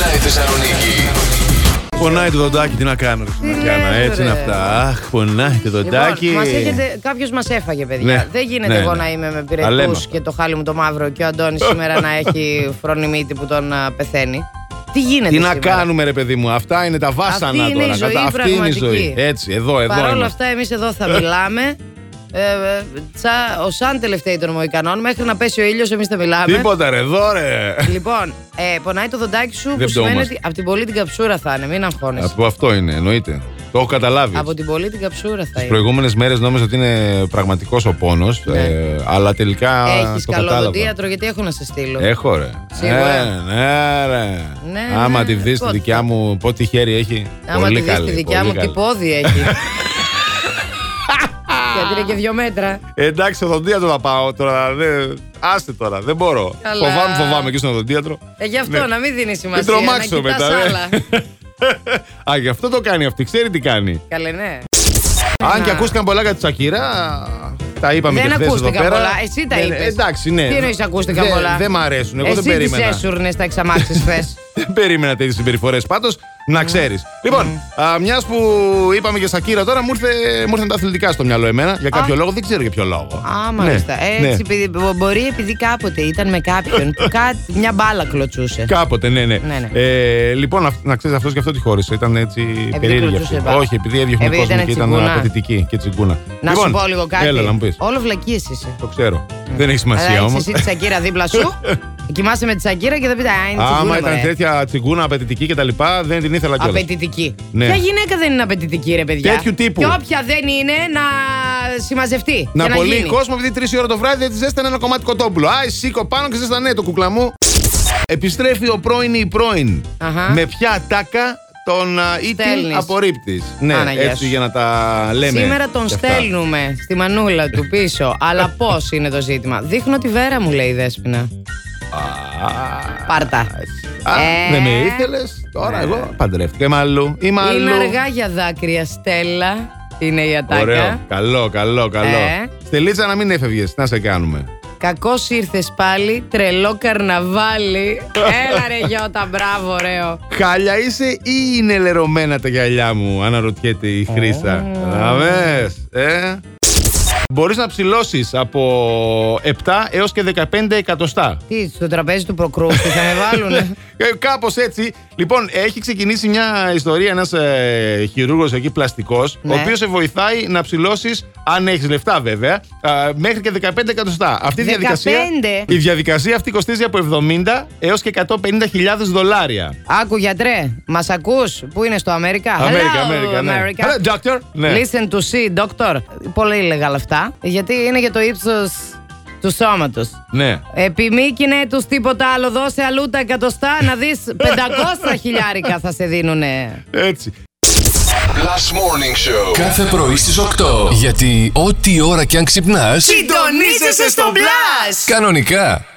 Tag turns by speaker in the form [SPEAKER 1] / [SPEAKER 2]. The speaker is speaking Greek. [SPEAKER 1] Θεσσαλονίκη.
[SPEAKER 2] Πονάει το δοντάκι, τι να κάνω. ρε, Να κάνω.
[SPEAKER 3] λες,
[SPEAKER 2] Έτσι είναι
[SPEAKER 3] ρε. Λοιπόν,
[SPEAKER 2] αυτά. Αχ, πονάει το δοντάκι.
[SPEAKER 3] μας έχετε, κάποιος μας έφαγε, παιδιά.
[SPEAKER 2] Ναι.
[SPEAKER 3] Δεν γίνεται
[SPEAKER 2] Ναι,
[SPEAKER 3] εγώ
[SPEAKER 2] ναι.
[SPEAKER 3] να είμαι με
[SPEAKER 2] Τα λέμε
[SPEAKER 3] πυρετούς
[SPEAKER 2] αυτά.
[SPEAKER 3] και το χάλι μου το μαύρο και ο Αντώνης σήμερα να έχει φρόνη μύτη που τον α, πεθαίνει. Τι γίνεται
[SPEAKER 2] Τι να
[SPEAKER 3] σήμερα?
[SPEAKER 2] κάνουμε, ρε παιδί μου, αυτά είναι τα βάσανα
[SPEAKER 3] Αυτή είναι
[SPEAKER 2] τώρα.
[SPEAKER 3] η ζωή
[SPEAKER 2] κατά- αυτή είναι η ζωή.
[SPEAKER 3] πραγματική.
[SPEAKER 2] Έτσι, εδώ, εδώ.
[SPEAKER 3] Παρ' όλα
[SPEAKER 2] είμαστε.
[SPEAKER 3] αυτά, εμείς εδώ θα μιλάμε. Ε, ε, τσα- ο Σαν τελευταίοι των Μοϊκανών, μέχρι να πέσει ο ήλιος, εμείς θα μιλάμε.
[SPEAKER 2] Τίποτα, ρε, εδώ, ρε.
[SPEAKER 3] Λοιπόν, ε, πονάει το δοντάκι σου
[SPEAKER 2] Δεν
[SPEAKER 3] που σημαίνει
[SPEAKER 2] πτωόμαστε.
[SPEAKER 3] ότι από την πολύ την καψούρα θα είναι, μην αγχώνεσαι.
[SPEAKER 2] Από αυτό είναι, εννοείται. Το έχω καταλάβει.
[SPEAKER 3] Από την πολύ την καψούρα θα
[SPEAKER 2] Τις
[SPEAKER 3] είναι.
[SPEAKER 2] προηγούμενες μέρες νόμιζα ότι είναι πραγματικός ο πόνος,
[SPEAKER 3] Ναι.
[SPEAKER 2] αλλά τελικά.
[SPEAKER 3] Έχεις
[SPEAKER 2] το
[SPEAKER 3] καλό
[SPEAKER 2] κατάλαβα. Ε,
[SPEAKER 3] δοντίατρο, γιατί έχω να σε στείλω.
[SPEAKER 2] Έχω ρε.
[SPEAKER 3] Σίγουρα.
[SPEAKER 2] Ε, ναι, ρε.
[SPEAKER 3] Ναι,
[SPEAKER 2] Άμα
[SPEAKER 3] ναι,
[SPEAKER 2] τη δεις τη
[SPEAKER 3] πότε.
[SPEAKER 2] δικιά μου, πότι χέρι έχει.
[SPEAKER 3] Άμα
[SPEAKER 2] πολύ
[SPEAKER 3] τη δεις
[SPEAKER 2] καλή,
[SPEAKER 3] τη δικιά
[SPEAKER 2] πολύ
[SPEAKER 3] μου, τι
[SPEAKER 2] καλή.
[SPEAKER 3] πόδι έχει. γιατί είναι και δύο μέτρα.
[SPEAKER 2] Ε, Εντάξει, οδοντίατρο θα πάω τώρα. Δε... Άστε τώρα, δεν μπορώ.
[SPEAKER 3] Καλά.
[SPEAKER 2] Φοβάμαι, φοβάμαι και στον οδοντίατρο.
[SPEAKER 3] Ε, γι' αυτό
[SPEAKER 2] Ναι.
[SPEAKER 3] να μην δίνεις
[SPEAKER 2] Μην
[SPEAKER 3] σημασία. να
[SPEAKER 2] τρομάξω
[SPEAKER 3] κοιτάς
[SPEAKER 2] μετά. ρε.
[SPEAKER 3] άλλα.
[SPEAKER 2] Α, γι' αυτό το κάνει αυτή, ξέρει τι κάνει.
[SPEAKER 3] Καλέ, ναι.
[SPEAKER 2] Αν και
[SPEAKER 3] Να.
[SPEAKER 2] ακούστηκαν πολλά για τη Σακύρα, τα είπαμε
[SPEAKER 3] Δεν
[SPEAKER 2] και χθες εδώ
[SPEAKER 3] ακούστηκαν
[SPEAKER 2] πέρα.
[SPEAKER 3] πολλά. Εσύ τα
[SPEAKER 2] Δεν-
[SPEAKER 3] είπες.
[SPEAKER 2] Εντάξει, ναι.
[SPEAKER 3] Τι εννοείς ακούστηκαν
[SPEAKER 2] Δεν-
[SPEAKER 3] πολλά.
[SPEAKER 2] Δεν μ' αρέσουν. Εγώ
[SPEAKER 3] Εσύ
[SPEAKER 2] δεν περίμενα.
[SPEAKER 3] τι έσουρνες τα εξαμάξεις χθες.
[SPEAKER 2] Δεν περίμενα τέτοιες συμπεριφορές πάντως.
[SPEAKER 3] Ναι.
[SPEAKER 2] Να ξέρεις. Λοιπόν, μιας που είπαμε για Σακύρα τώρα, μου, ήρθε, μου ήρθαν τα αθλητικά στο μυαλό εμένα. Για κάποιο λόγο, δεν ξέρω για ποιο λόγο.
[SPEAKER 3] Α, μάλιστα.
[SPEAKER 2] Ναι,
[SPEAKER 3] Έτσι,
[SPEAKER 2] ναι.
[SPEAKER 3] επειδή- μπο- μπορεί επειδή κάποτε ήταν με κάποιον που κάτι, μια μπάλα κλωτσούσε.
[SPEAKER 2] Κάποτε, ναι, ναι.
[SPEAKER 3] Ναι, ναι.
[SPEAKER 2] Ε, λοιπόν, αυ- να ξέρεις αυτός και αυτό τη χώρισε. Ήταν έτσι περίεργη
[SPEAKER 3] κλωτσούσε
[SPEAKER 2] αυτή.
[SPEAKER 3] μπάλα.
[SPEAKER 2] Όχι, επειδή έδιωχνε
[SPEAKER 3] Επειδή
[SPEAKER 2] κόσμο
[SPEAKER 3] ήταν
[SPEAKER 2] και ήταν
[SPEAKER 3] τσιγκούνα.
[SPEAKER 2] απαιτητική και τσιγκούνα.
[SPEAKER 3] Να
[SPEAKER 2] λοιπόν,
[SPEAKER 3] σου πω λίγο κάτι.
[SPEAKER 2] Έλα να μου πεις.
[SPEAKER 3] Όλο βλακίες είσαι.
[SPEAKER 2] Το ξέρω. Δεν έχει σημασία
[SPEAKER 3] Αλλά έχεις
[SPEAKER 2] όμως.
[SPEAKER 3] εσύ τη Σακύρα δίπλα σου. Κοιμάσαι με τη Σακύρα και δεν πείτε Α, είναι τσιγκούνα,
[SPEAKER 2] Άμα
[SPEAKER 3] μωρέ».
[SPEAKER 2] ήταν τέτοια τσιγκούνα απαιτητική κτλ., δεν την ήθελα κιόλας.
[SPEAKER 3] Απαιτητική.
[SPEAKER 2] Ναι.
[SPEAKER 3] Ποια γυναίκα δεν είναι απαιτητική, ρε παιδιά.
[SPEAKER 2] Τέτοιου τύπου.
[SPEAKER 3] Και όποια δεν είναι, να συμμαζευτεί.
[SPEAKER 2] Να
[SPEAKER 3] και
[SPEAKER 2] πολύ
[SPEAKER 3] γίνει.
[SPEAKER 2] κόσμο, επειδή τρεις ώρα το βράδυ δεν τη ζέστανε ένα κομμάτι κοτόπουλο. Α, σήκω πάνω και ζέστανε ναι, το κουκλά μου. Επιστρέφει ο πρώην ή η πρώην.
[SPEAKER 3] Αχα.
[SPEAKER 2] Με ποια ατάκα τον α, ή την
[SPEAKER 3] Στέλνεις.
[SPEAKER 2] απορρίπτεις. Ναι,
[SPEAKER 3] Άναγιά
[SPEAKER 2] έτσι
[SPEAKER 3] σου.
[SPEAKER 2] για να τα λέμε.
[SPEAKER 3] Σήμερα τον
[SPEAKER 2] και αυτά.
[SPEAKER 3] στέλνουμε στη μανούλα του πίσω. αλλά πώς είναι το ζήτημα. Δείχνω τη βέρα μου, λέει η Δέσποινα. Πάρτα.
[SPEAKER 2] Α,
[SPEAKER 3] Ε,
[SPEAKER 2] δεν με ήθελες. Τώρα εγώ παντρεύτηκα. Είμαι αλλού. Είμαι αλλού.
[SPEAKER 3] Είναι αργά για δάκρυα, Στέλλα. Είναι η ατάκα.
[SPEAKER 2] Ωραίο. Καλό, καλό, καλό.
[SPEAKER 3] Ε.
[SPEAKER 2] Στελίτσα να μην έφευγες. Να σε κάνουμε.
[SPEAKER 3] Κακός ήρθες πάλι, τρελό καρναβάλι. Έλα ρε Γιώτα, μπράβο, ωραίο.
[SPEAKER 2] Χάλια είσαι ή είναι λερωμένα τα γυαλιά μου, αναρωτιέται η Χρύσα. Αμές, ε. Μπορείς να ψηλώσεις από 7 έως και 15 εκατοστά.
[SPEAKER 3] Τι, στο τραπέζι του προκρούστη θα με βάλουνε.
[SPEAKER 2] Ε, κάπως έτσι. Λοιπόν, έχει ξεκινήσει μια ιστορία ένας ε, χειρούργος εκεί πλαστικός,
[SPEAKER 3] Ναι.
[SPEAKER 2] ο οποίος σε βοηθάει να ψηλώσεις, αν έχεις λεφτά βέβαια, α, μέχρι και 15 εκατοστά. Αυτή η διαδικασία,
[SPEAKER 3] 15?
[SPEAKER 2] η διαδικασία αυτή κοστίζει από 70 έως και 150 χιλιάδες δολάρια.
[SPEAKER 3] Άκου γιατρέ, μας ακούς που είναι στο Αμέρικα.
[SPEAKER 2] Αμέρικα,
[SPEAKER 3] Hello,
[SPEAKER 2] Αμέρικα, ναι.
[SPEAKER 3] America.
[SPEAKER 2] Hello, doctor. Ναι.
[SPEAKER 3] Listen to see, doctor. Πολύ λέγα αυτά. Γιατί είναι για το ύψος του σώματος.
[SPEAKER 2] Ναι.
[SPEAKER 3] Επί μη κινέτους τίποτα άλλο, δώσε αλλού τα εκατοστά να δεις
[SPEAKER 2] Ε.
[SPEAKER 3] 500 χιλιάρικα θα σε δίνουνε.
[SPEAKER 2] Έτσι.
[SPEAKER 1] Last Morning Show.
[SPEAKER 4] Κάθε πρωί στις 8. Γιατί ό,τι ώρα κι αν ξυπνάς,
[SPEAKER 3] Συντονίζεσαι στο Blast!
[SPEAKER 4] κανονικά